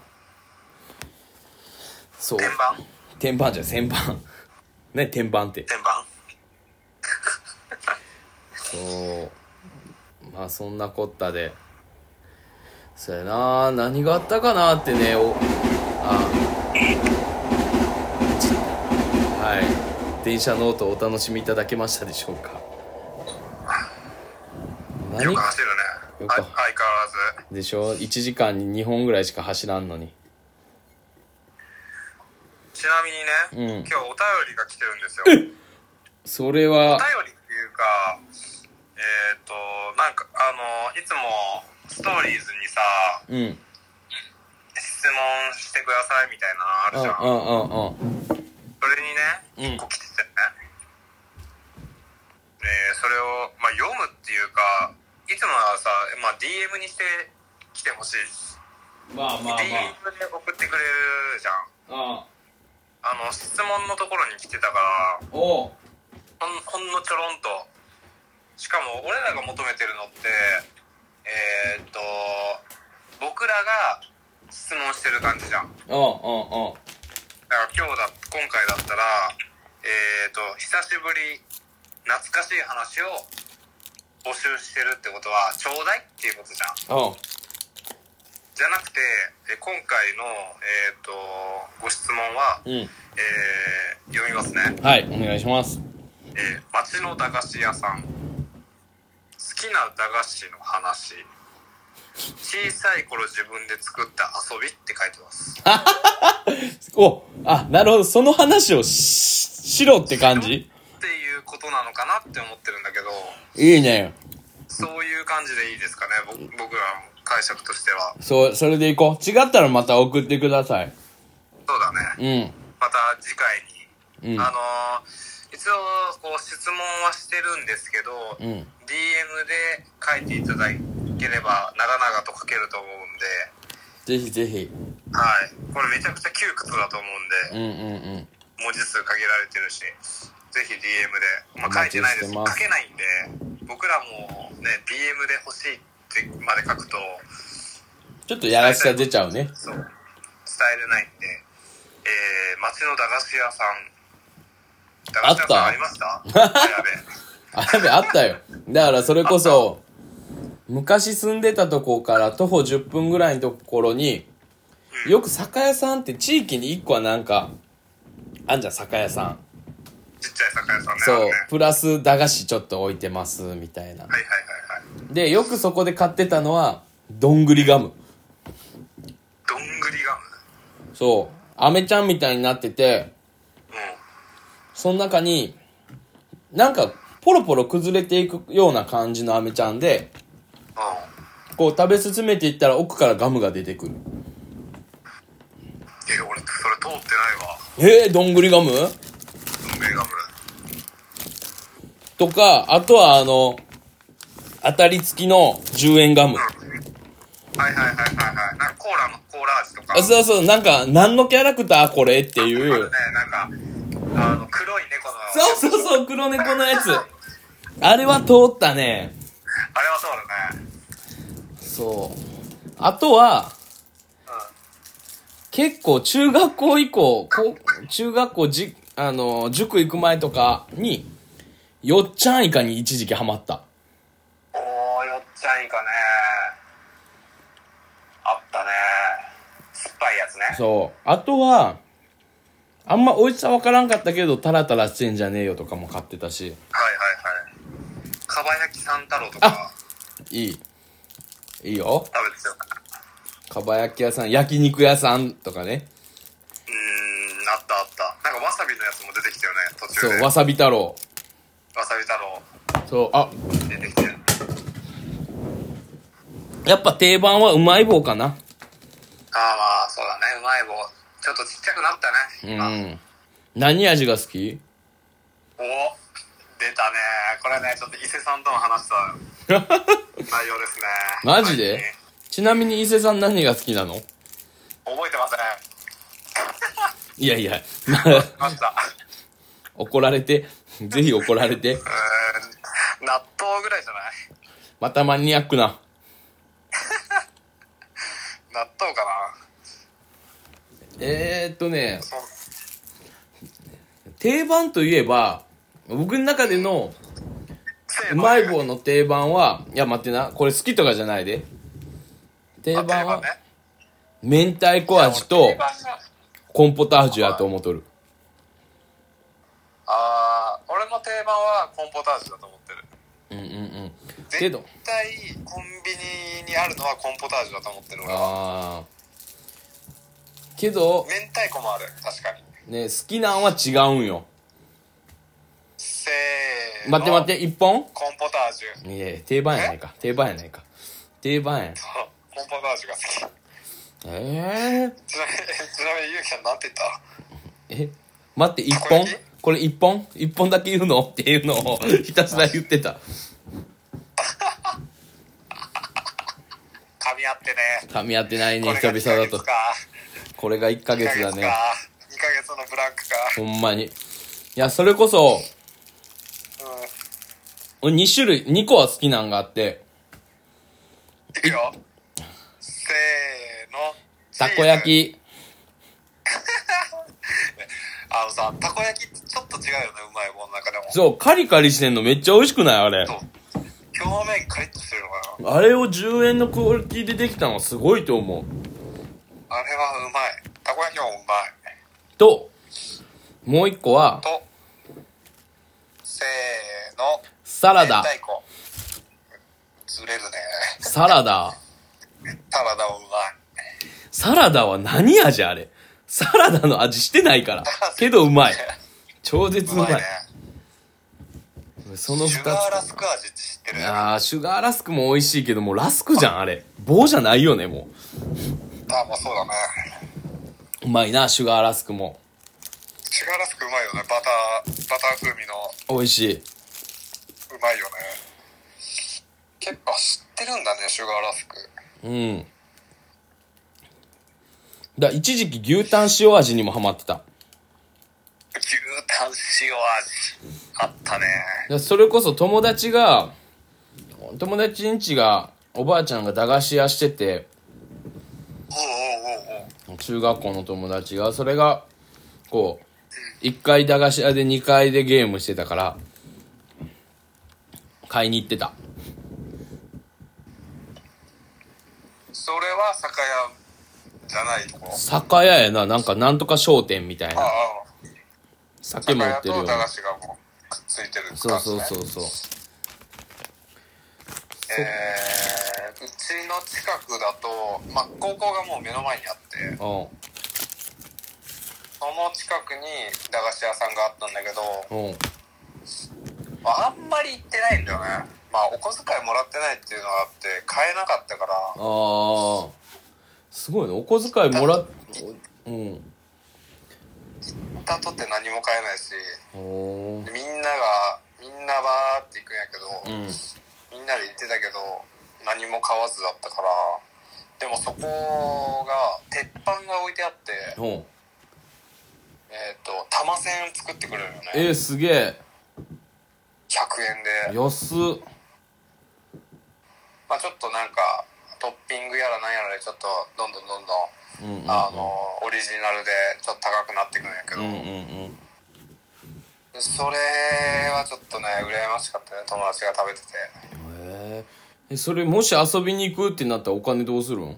そう
天番
天板じゃない旋盤 ね天板って
天番
そうまあそんなこったでそうやな何があったかなってねおあちはい電車の音をお楽しみいただけましたでしょうか
よ
何
く走るね
よく
あ相変わらず
でしょ1時間に2本ぐらいしか走らんのに
ちなみにね、
うん
今日お便りが来てるんです よ
それは
お便りっていうかえっ、となんかあのいつもストーリーズにさ
うん
質問してくださいみたい
うんうん
なのあるじゃん
うんうん
それにね
うん
一個来ててね、えーそれを、まあ、読むっていうかいつもはさ、まあ、DM にして来てほしい、
まあまあま
DM で送ってくれるじゃん
あ。
あの質問のところに来てたから
うん。おう。
ほんほんのちょろんとしかも俺らが求めてるのってえーっと僕らが質問してる感じじゃん
うんうんうん。
だから今日だ今回だったらえーっと久しぶり懐かしい話を募集してるってことはちょうだいっていうことじゃん
うん。
じゃなくてえ今回のえーっとご質問は、
う
えー読みますね
ん。はい、お願いします。
えー町の駄菓子屋さん好きな駄菓子の話小さい頃自分で作った遊びって書いてます
おあ、なるほど。その話をし、しろって感じ
っていうことなのかなって思ってるんだけど
いいね。
そういう感じでいいですかね僕僕らの解釈としては
そう、それでいこう。違ったらまた送ってください。
そうだね
うん。
また次回
う
に、
ん。
あのー一応こう質問はしてるんですけど、
うん
DM で書いていただければ長々と書けると思うん
ぜ
で
ひぜひ。
はいこれめちゃくちゃ窮屈だと思うんで、
うんうんうん。
文字数限られてるしぜひ DM で、ま
お
あ、書い
待ち
てない
し
です
て
書
ます
けないんで僕らもね DM で欲しいってまで書くと
ちょっとやらしさ出ちゃうね。
そう伝えれないんで、えー、町の駄菓子屋さん駄菓子屋さんありました やべ
あ、やべ、あったよ。だからそれこそ、昔住んでたとこから徒歩10分ぐらいのところに、よく酒屋さんって地域に1個はなんか、あんじゃん酒屋さん
ちっちゃい酒屋さんね。
そう
あるね
プラス駄菓子ちょっと置いてますみたいな
はいはいはいはい。
でよくそこで買ってたのはどんぐりガム
どんぐりガム。
そうアメちゃんみたいになってて
うん。
その中になんかポロポロ崩れていくような感じのアメちゃんで
うん。
こう食べ進めていったら奥からガムが出てくる
え、俺、それ通ってないわ。
えー、どんぐりガム
どんぐりガム。
とかあとはあの当たり付きの10円ガム
うん。はいはいはいはいはい。なんかコーラの、コーラ味とか。
あそうそうなんか何のキャラクターこれってい
ある
う
ね、なんか、あの、黒い猫の。
そうそうそう黒猫のやつあれは通ったね
あれはそうだね。
そうあとは
う
結構中学校以降こう中学校じあの塾行く前とかによっちゃんイカに一時期ハマった
ん。おー、よっちゃんいかね。あったね。酸っぱいやつね。
そうあとはあんま美味しさ分からんかったけどタラタラしてんじゃねえよとかも買ってたし
はいはいはい。かば焼き三太郎と
あ
か
いいいいよ
食べてたよね。
かば焼き屋さん焼肉屋さんとかね
うーん、あったあった。なんかわさびのやつも出てきたよね、途中
そう
で。
わさび太郎
わさび太郎
そうあ
出てきたよね。
やっぱ定番はうまい棒かな
ああまあ、そうだね、うまい棒。ちょっとちっちゃくなった
う
ね。あ
ん何味が好 き。
お出たね。これね、ちょっと伊勢さんとも話した内容ですね
マジでちなみに伊勢さん何が好きなの
はい覚えてません。
いやい や、
ました。
怒られて、ぜひ怒られて、
うーん、納豆ぐらいじゃない
またマニアックな。
納豆かな
えー、っとね、
そう。
定番といえば、僕の中での
せー
う
の
まい棒の定番は、いや待ってな、これ好きとかじゃないで。定
あ
番
定番
は、
ね
明太子味と
定番が
コーンポタージュやと思っとる。
あー俺の定番はコーンポタージュだと思ってる
うんうんうん。け
絶
ど、
対コンビニにあるのはコーンポタージュだと思ってる俺は
あー。けど、
明太子もある確かに
ね、好きなんは違うんよ。
せーの
待って待って、一本
コーンポタージュ
いやいや定番やないか。定番やないか。定番やん。
そうコーンポタージュが好き
えー、
ちなみにちなみにゆうきゃんなんて言っ
え
た
待って一
たこ
本
焼き
これ一本一本だけ言うのっていうのをひたすら言ってた
噛み合ってね
噛み合ってない
こ
ね
れ
久
が
々
2
だ
ヶ
と
月か
これが1ヶ
2ヶ
月だ
月
ね
か2ヶ月のブランクか
ほんまにいやそれこそ
うん
2種類2個は好きなんがあって
いくよせーの
たこ焼き
あのさたこ焼きってちょっと違うよねうまいもんの中でも
そうカリカリしてんのめっちゃ美味しくないあれ
そう表面カリッとしてるのか
あれを10円のクオリティでできたのはすごいと思う
なあれはうまいたこ焼きもうまい
ともう1個は
とせーの
サラダ
明太子ずれるね
サラダ
サラダもうま
サラダは何味あれサラダの味してない から。けどうまい
い。
超絶う
う
ま
ま
い。
いね
その
シ
二
ュガーラ
つ。
スク味って知ってるあ
あー、シュガーラスクも美味しいけど、もうラスクじゃん、あれ。棒じゃないよね、も
まあそうだね
う。うまいな、シュガーラスクも。
シュガーラスクうまいよねバターバター風味の
美味しい。
うまいよね結構知ってるんだねシュガーラスク
うん。だ、一時期牛タン塩味にもハマってた。
牛タン塩味あったね
だそれこそ友達が、友達んちが、おばあちゃんが駄菓子屋してて、
おうおうおうおう
中学校の友達がそれがこう1階駄菓子屋で2階でゲームしてたから買いに行ってた
それは酒屋じゃないところ
酒屋やななんかなんとか商店みたい
ああ
な酒
酒
も売
屋
ってるよ
と
う
駄
な
菓子がもうくっついてる感じ、
そ
ね、
うそうそうそう
えーうちの近くだと、まあ、高校がもう目の前にあって
お
その近くに駄菓子屋さんがあったんだけど
うんうん
あんまり行ってないんだよねまあお小遣いもらってないっていうのがあって買えなかったから
ああすごいねお小遣いもらっうん
行ったとって何も買えないし
おー
みんながみんなバーって行くんやけど、
うん
みんなで行ってたけど何も買わずだったからでもそこが鉄板が置いてあって
おう
えっ、と玉線作ってくれるよね
えー、すげえ
100円で
安っ
まあちょっとなんかトッピングやらなんやらでちょっとどんどんど
うんう
んどん、
んうん
あのオリジナルでちょっと高くなってくるんやけ
う
ど、
んうんうん
それはちょっとね羨ましかったね友達が食べてて
へーえそれもし遊びに行くってなったらお金どうするん
いや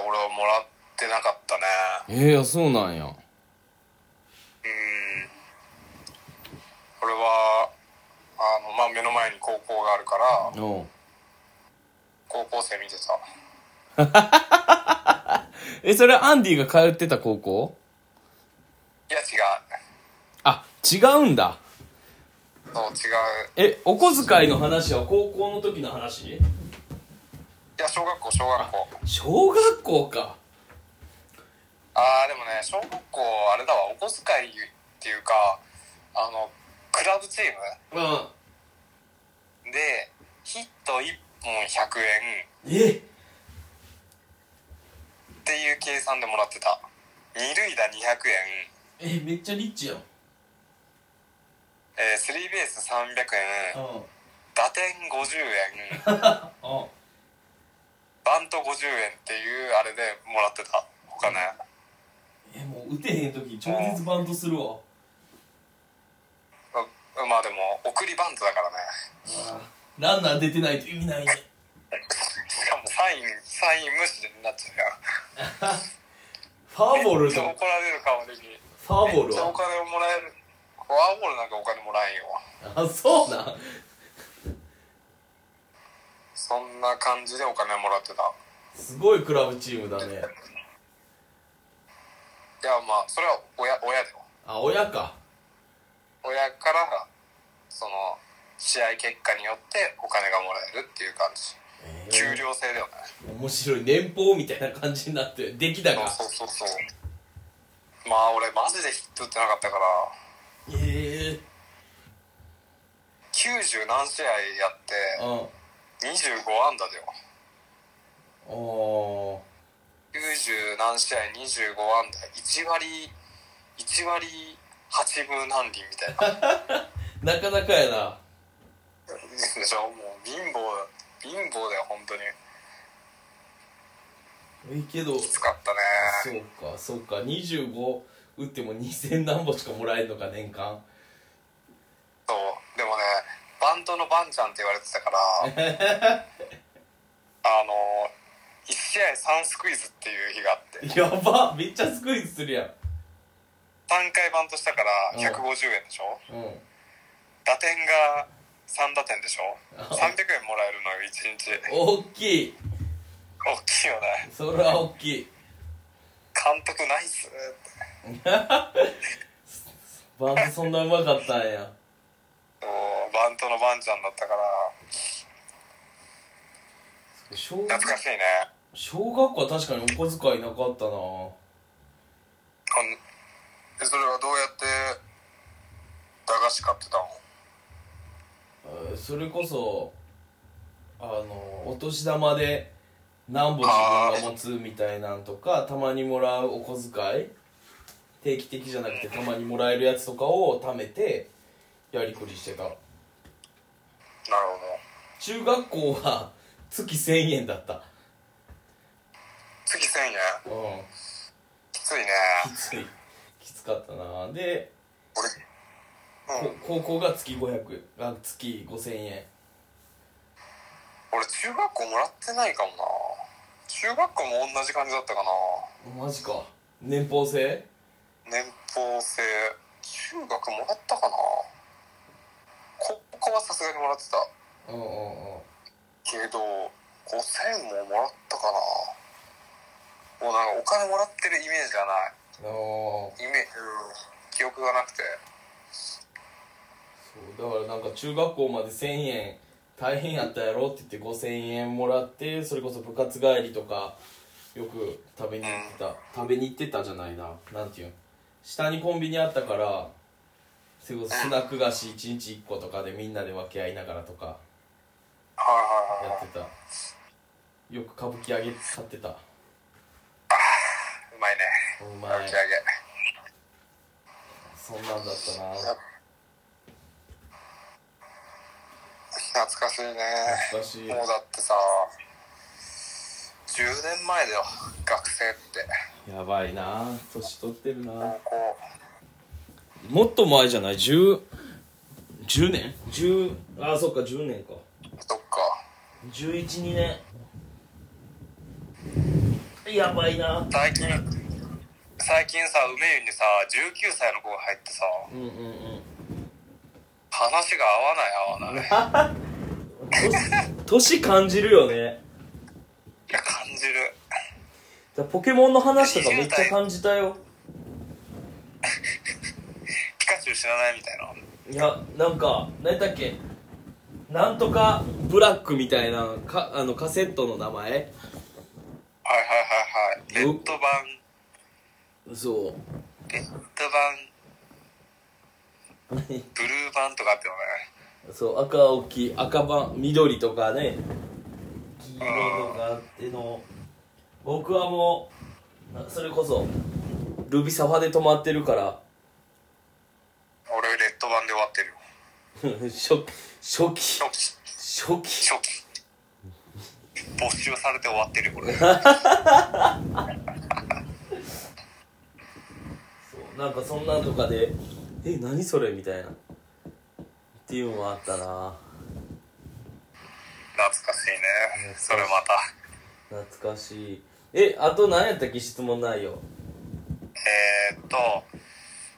俺はもらってなかったね
えー、そうなんや
うん俺はあの、まあ、目の前に高校があるから
おう
高校生見てた
えそれアンディが通ってた高校
いや違う
あ違うんだ
そう違う
えお小遣いの話は高校の時の話
いや小学校小学校
小学校か
ああでもね小学校あれだわお小遣いっていうかあのクラブチー
うん
ムでヒット1本100円
え
っていう計算でもらってた二塁打200円、
えめっちゃリッチやん
えー、スリーベース300円
うん
打点50 円
あ
バント50円っていうあれでもらってた他ね
えもう打てへん時超絶バントするわ
うまあでも送りバントだからね
ランナー出てないと意味ないね
しかもサインサイン無視になっちゃうやん
ファーボール
めっちゃ
と
怒られる顔できる
ファーボー
めっ
ル
ちゃ
は
お金をもらえるフォアボールなんかお金もらえんよ
あそうなん
そんな感じでお金もらってたい
すごいクラブチームだね
やまあそれは親親だよ
あ親か
親からその試合結果によってお金がもらえるっていう感じ
えー
給料制だよね
面白い年俸みたいな感じになってる出来高
そうそうそうそうまあ俺マジでヒット打ってなかったから
え
90何試合やって
えうん
25安打だよ
おー
90何試合25安打1割1割8分何厘みたいな
なかなかやな
でしょもう貧乏貧乏だよ本当に
ええけど
きつかった
そ
ね
うかそうか25打っても2000何本しかもらえるのか年間
そうでもねバントのバンちゃんって言われてたからあの1試合3スクイズっていう日があって
やばめっちゃスクイズするやん
3回バントしたから150円でしょ
うん
打点が3打点でしょ
あ
300円もらえるのよ1日
大きい
大きいよね
それは大きい
監督ナイスって
バンドそんなうまかったんや
そうバントのバンちゃんだったから
小
懐かしいね
小学校は確かにお小遣いなかったな
こんえそれはどうやって駄菓子買ってたの
えーそれこそあのお年玉で何本自分が持つみたいなんとかたまにもらうお小遣い定期的じゃなくてたまにもらえるやつとかを貯めてやりくりしてた
なるほど
中学校は月1000円だった
次1000円
うん
きついね
きついきつかったなで
俺うん
こ高校が月500円あ月5000円
俺中学校もらってないかもな中学校も同じ感じだったかな
マジか年俸制
う年俸制中学もらったかな高校はさすがにもらってた
おうおうお
けど5000ももらったかなもうなんかお金もらってるイメージがな
うおう
いイメージ、記憶がなくて
そうだからなんか中学校まで1000円大変やったやろって言って5000円もらってそれこそ部活帰りとかよく食べに行ってた食べに行ってたじゃないななんていうん下にコンビニあったからそれこそスナック菓子1日1個とかでみんなで分け合いながらとか
はいはい
や
はい
ってたよく歌舞伎揚げ買ってたう
うまいね
ま
打
い
ち上
そ
げ
んなんだったな
懐かしいね
懐かしい
もうだってさ10年前だよ学生って
やばいな年取ってるな
高校
もっと前じゃない10 10年10ああそっか10年か
どっか
112年やばいな
最近最近さ梅湯にさ19歳の子が入ってさ
うんうんうん
話が合わない合わないい
年感じるよね
や感じる
だポケモンの話とかめっちゃ感じたよ
ピカチュウ知らないみたいない
やなんか何だっけなんとかブラックみたいなかあのカセットの名前
はいはいはいはいレッド版
そ
レッド
う
版ブルー版とかあってよね
そう赤青黄赤番緑とかね黄色とかあっての僕はもうあそれこそルビサファで止まってるから
俺レッド版で終わってるよ
初初期
初期
初期
初期没収されて終わってるこれ
そうなんかそんなんとかで「え何それ?」みたいなっていうのもあったな
懐かしいねそれまた
懐かしいえあと何やったっけ質問ないよ
えー、っと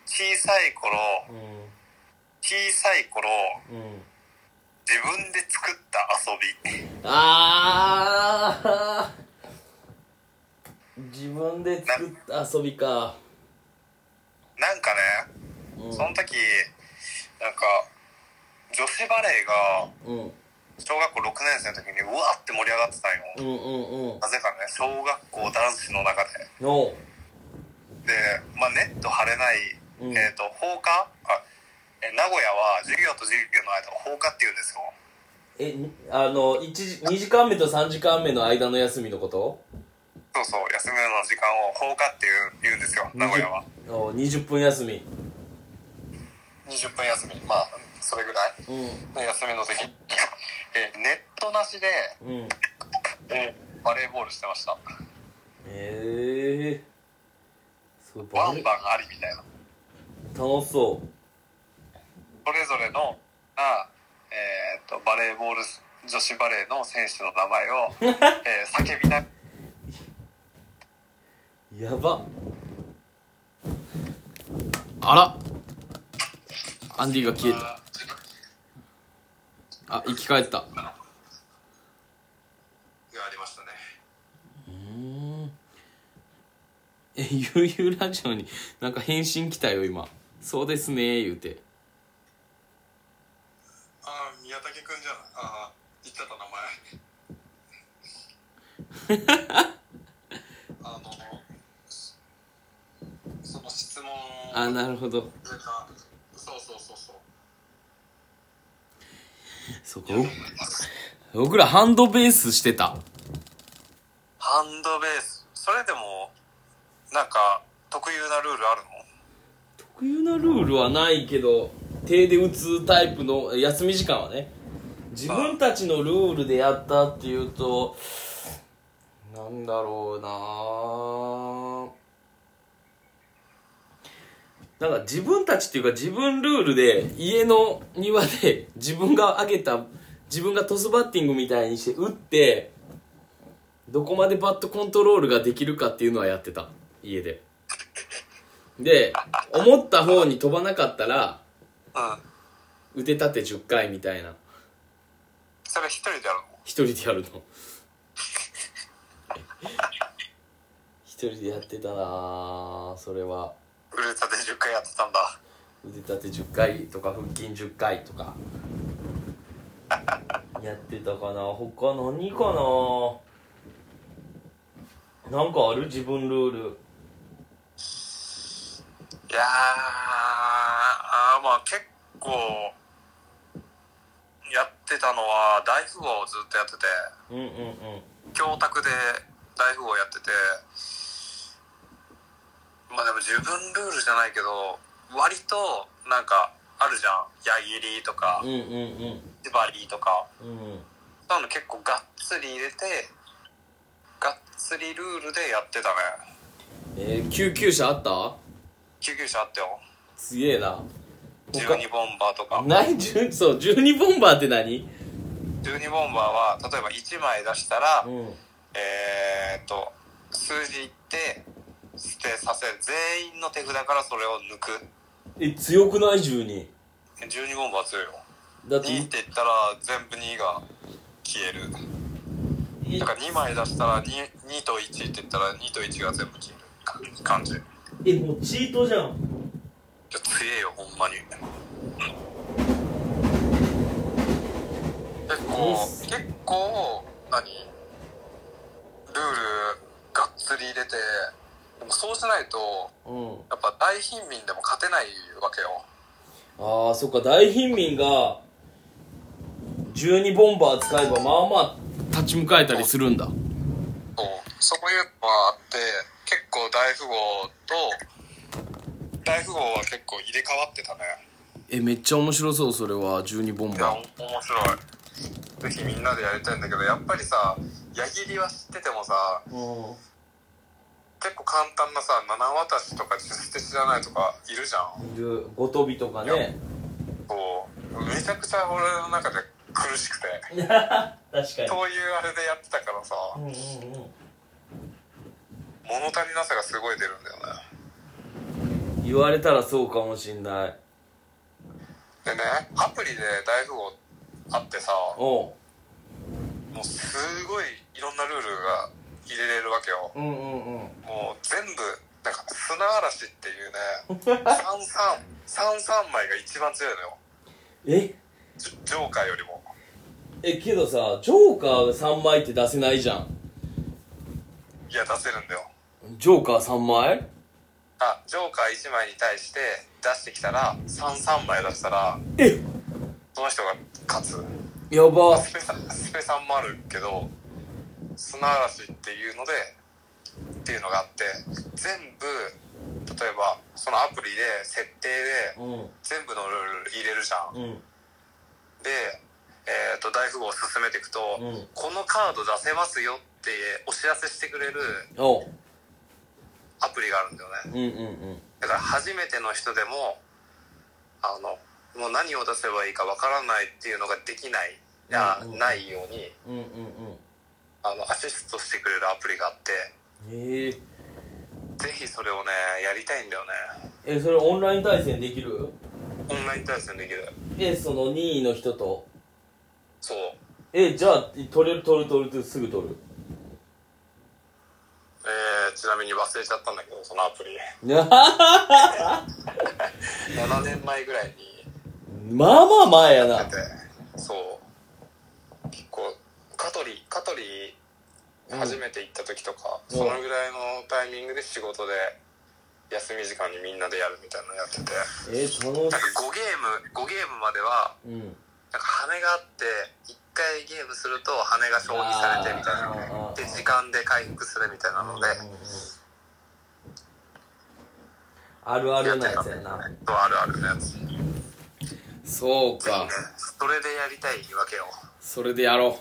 小さい頃
うん
小さい頃
うん
自分で作った遊び
ああ自分で作った遊びか
なんかね
うん
その時なんか女子バレーが
うん
小学校6年生の時にうわーって盛り上がってたん
う
よ
んうんうん
なぜかね小学校男子の中で
の
で、まあ、ネット張れない、
うん
えー、と放課あえ名古屋は授業と授業の間を放課っていうんですよ
えあの1時2時間目と3時間目の間の休みのこと
そうそう休みの時間を放課っていう言うんですよ名古屋は
20お20分休み
20分休みまあそれぐらい
うん
の休みの時 えネットなしで
うん
えバレーボールしてました
ええー、そう
ワ
バ
ン
レ
バンありみたいな
楽しそう
それぞれのあ、えー、とバレーボール女子バレーの選手の名前 を、えー叫びな
やばあらアンディが消えたあ生き返った
がありましたね
えゆうゆうラジオになんか返信来たよ今そうですね言うて
ああ宮武君じゃないああ言ってた名 前あのその質問
あなるほど
なんかそうそうそうそ
そ
う
こ僕らハンドベースしてた
ハンドベースそれでもなんか特有なルールあるの
特有なルールはないけど手で打つタイプの休み時間はね自分たちのルールでやったっていうとなんだろうななんか自分たちっていうか自分ルールで家の庭で自分が上げた自分がトスバッティングみたいにして打ってどこまでバットコントロールができるかっていうのはやってた家でで、思った方に飛ばなかったら、
うん。
腕立て10回みたいな。
それ一人でやるの
一人でやるの。一人でやってたなぁそれは。
うるさで10回やってたんだ。
腕立て10回とか腹筋10回とかやってたかな他何かななんかある自分ルール
いやー、あーまあ結構、やってたのは大富豪をずっとやってて、
うんうんうん
教託で大富豪やってて、まあでも自分ルールじゃないけど、割となんかあるじゃん。矢切りとか
う、んうんうん
縛りとか。
うん
そういうの結構がっつり入れて、がっつりルールでやってたね。
えー、救急車あった
救急車あったよ。
すげえな
12ボンバーとか。
ない10そう12ボンバーって何
12ボンバーは例えば1枚出したら、
ん
えーっと数字いって捨てさせる全員の手札からそれを抜く
え強くない12
12ボンバー強いよ
だって
2って言ったら全部2が消える
い
だから2枚出したら 2, 2と1って言ったら2と1が全部消える感じいや
えもうチートじゃん
強えよほんまに結構結構何ルールがっつり入れてでもそうしないと
うん
やっぱ大貧民でも勝てないわけよ
ああそっか大貧民が12ボンバー使えばまあまあ立ち向かえたりするんだ
そうそういうのはあって結構大富豪と大富豪は結構入れ替わってたね
えめっちゃ面白そうそれは12ボン
いや
バ
面白いぜひみんなでやりたいんだけどやっぱりさ矢切りは知っててもさ
ーうん
結構簡単なさ七渡しとか十手知らないとかいるじゃん
いるごとびとかね
こうめちゃくちゃ俺の中で苦しくて
確かに
そういうあれでやってたからさ
うんうん
物足りなさがすごい出るんだよね
うん言われたらそうかもしんない
でねアプリで大富豪あってさも
おう
うすごいいろんなルールが入れれるわけよ
うんうんうん
もう全部なんか砂嵐っていうね333枚が一番強いのよ
え
ジョジョーカーよりも
えけどさジョーカー3枚って出せないじゃん
いや出せるんだよ
ジョーカー3枚
あジョーカー1枚に対して出してきたら33枚出したら
え
その人が勝つ
やば
スペさんスペさんもあるけど砂嵐っていうのでっていうのがあって全部例えばそのアプリで設定で
うん
全部のルール入れるじゃん
うん
で、えー、と大富豪を進めていくと、
うん
このカード出せますよってお知らせしてくれる
おう
アプリがあるんだよね
うんうんうん
だから初めての人でもあのもう何を出せばいいかわからないっていうのができない、いや
うんうん
ないように
うんうんうん
あのアシストしてくれるアプリがあって
へえ
ぜひそれをねやりたいんだよね
えそれオンライン対戦できる
オンライン対戦できる
えその2位の人と
そう
えじゃあ取れる取る取るってすぐ取 る
えー、ちなみに忘れちゃったんだけどそのアプリ7年前ぐらいに
まあまあ前や
やっ
な
ててそう結構香取香取
うん
初めて行った時とか、
うん
そのぐらいのタイミングで仕事で休み時間にみんなでやるみたいなのやってて
え楽し
なんか5ゲーム5ゲームまでは
うん
なんか羽があって1回ゲームすると羽が消費されてみたいな
あー
ねで時間で回復するみたいなので
うんうんうんあるあるなやつやな
そうあるあるのやつ
そうか
それでやりたいわけよ
それでやろ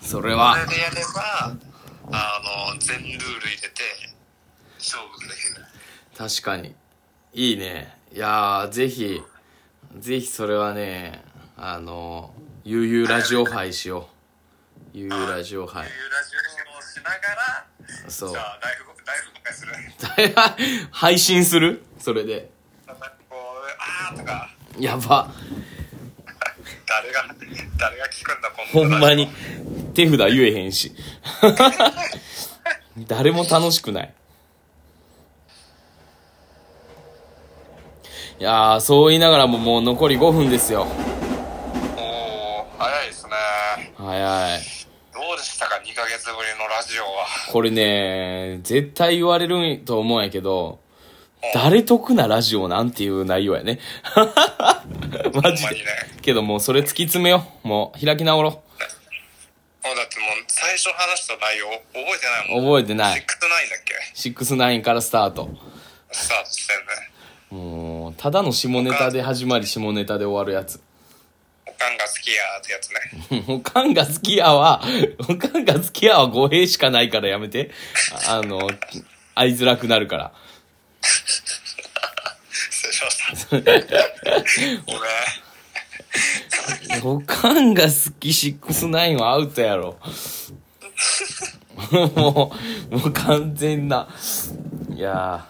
うそれ
そ
は
れでやればあの全ルール入れて勝負できる
確かにいいねいやーぜひぜひそれはねあの悠々ラジオ杯しよう悠々ラジオ杯
というラジオをしながら
そう
じゃあライフライフ介する。
配信するそれで。
なんかこう、あーとか、
やば。
誰が、誰が聞くんだ、こ
ほん
な
まに。手札言えへんし。 誰も楽しくない。いやー、そう言いながらももう残り5分ですよ。
おー、早いですね。
早い。
どうでしたか、2ヶ月ぶりのラジオは。
これね、絶対言われると思うんやけど、誰得なラジオなんていう内容やね。 マジ
ほんま
で
にね。
けどもうそれ突き詰めよう。もう開き直ろ。
もうだってもう、最初話した内容、覚えてないうもん。
覚えてない。
69だっけ
69からスタート。
スタートしてんね。
もう、ただの下ネタで始まり下ネタで終わるやつ。
おかんが好きやーってやつね。
おかんが好きやは、おかんが好きやは語弊しかないからやめて。ああの、会いづらくなるから。
失礼しました。 ごめん。
おかんが好き69はアウトやろ。 もう、もう完全な。いや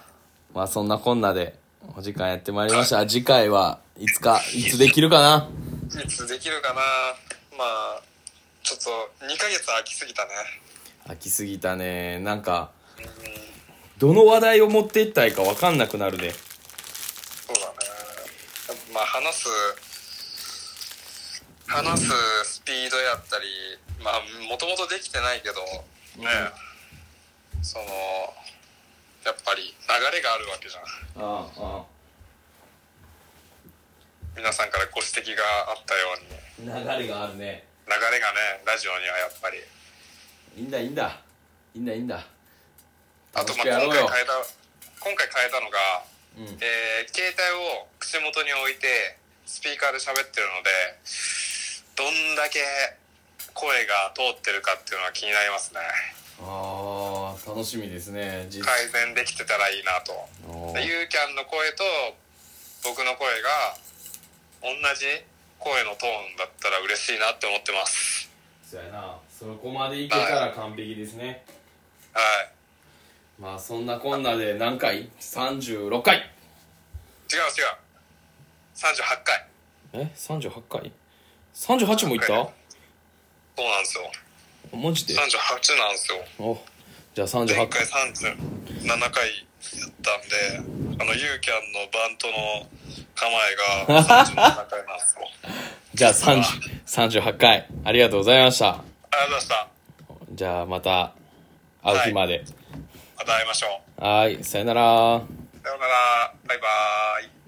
ー、まあそんなこんなで、お時間やってまいりました。次回はいつか、いつできるかない
つできるかなまあちょっと2ヶ月空きすぎたね
飽きすぎたね。なんか、どの話題を持っていったらいいかわかんなくなるで。
そうだねまあ話す話すスピードやったりまあもともとできてないけどね、そのやっぱり流れがあるわけじゃん
ああ、ああ。
皆さんからご指摘があったように
流れがあるね
流れがねラジオにはやっぱり
いいんだいいんだいいんだいいんだ
あと
楽し
まあ
くやろ
今
う
回
よ
変えた今回変えたのが
うん
えー携帯を口元に置いてスピーカーで喋ってるのでどんだけ声が通ってるかっていうのは気になりますね
あー楽しみですね実
改善できてたらいいなと
おー
でゆうきゃんの声と僕の声が同じ声のトーンだったら嬉しいなって思ってます
そうやなそこまでいけたら完璧ですね
はい
まあそんなこんなで何回 ?36 回
違う違う38回
え三38回 ?38 もいった
そうなんですよ
マジで
38なんですよ
おじゃあ
前
38回
回37回やったんであのユーキャンのバントの構えが37回なんですよ
じゃあ30 38回ありがとうございました
ありがとうございました
じゃあまた会う日まで
また会いましょ
はーいさよなら
うさようならバイバーイ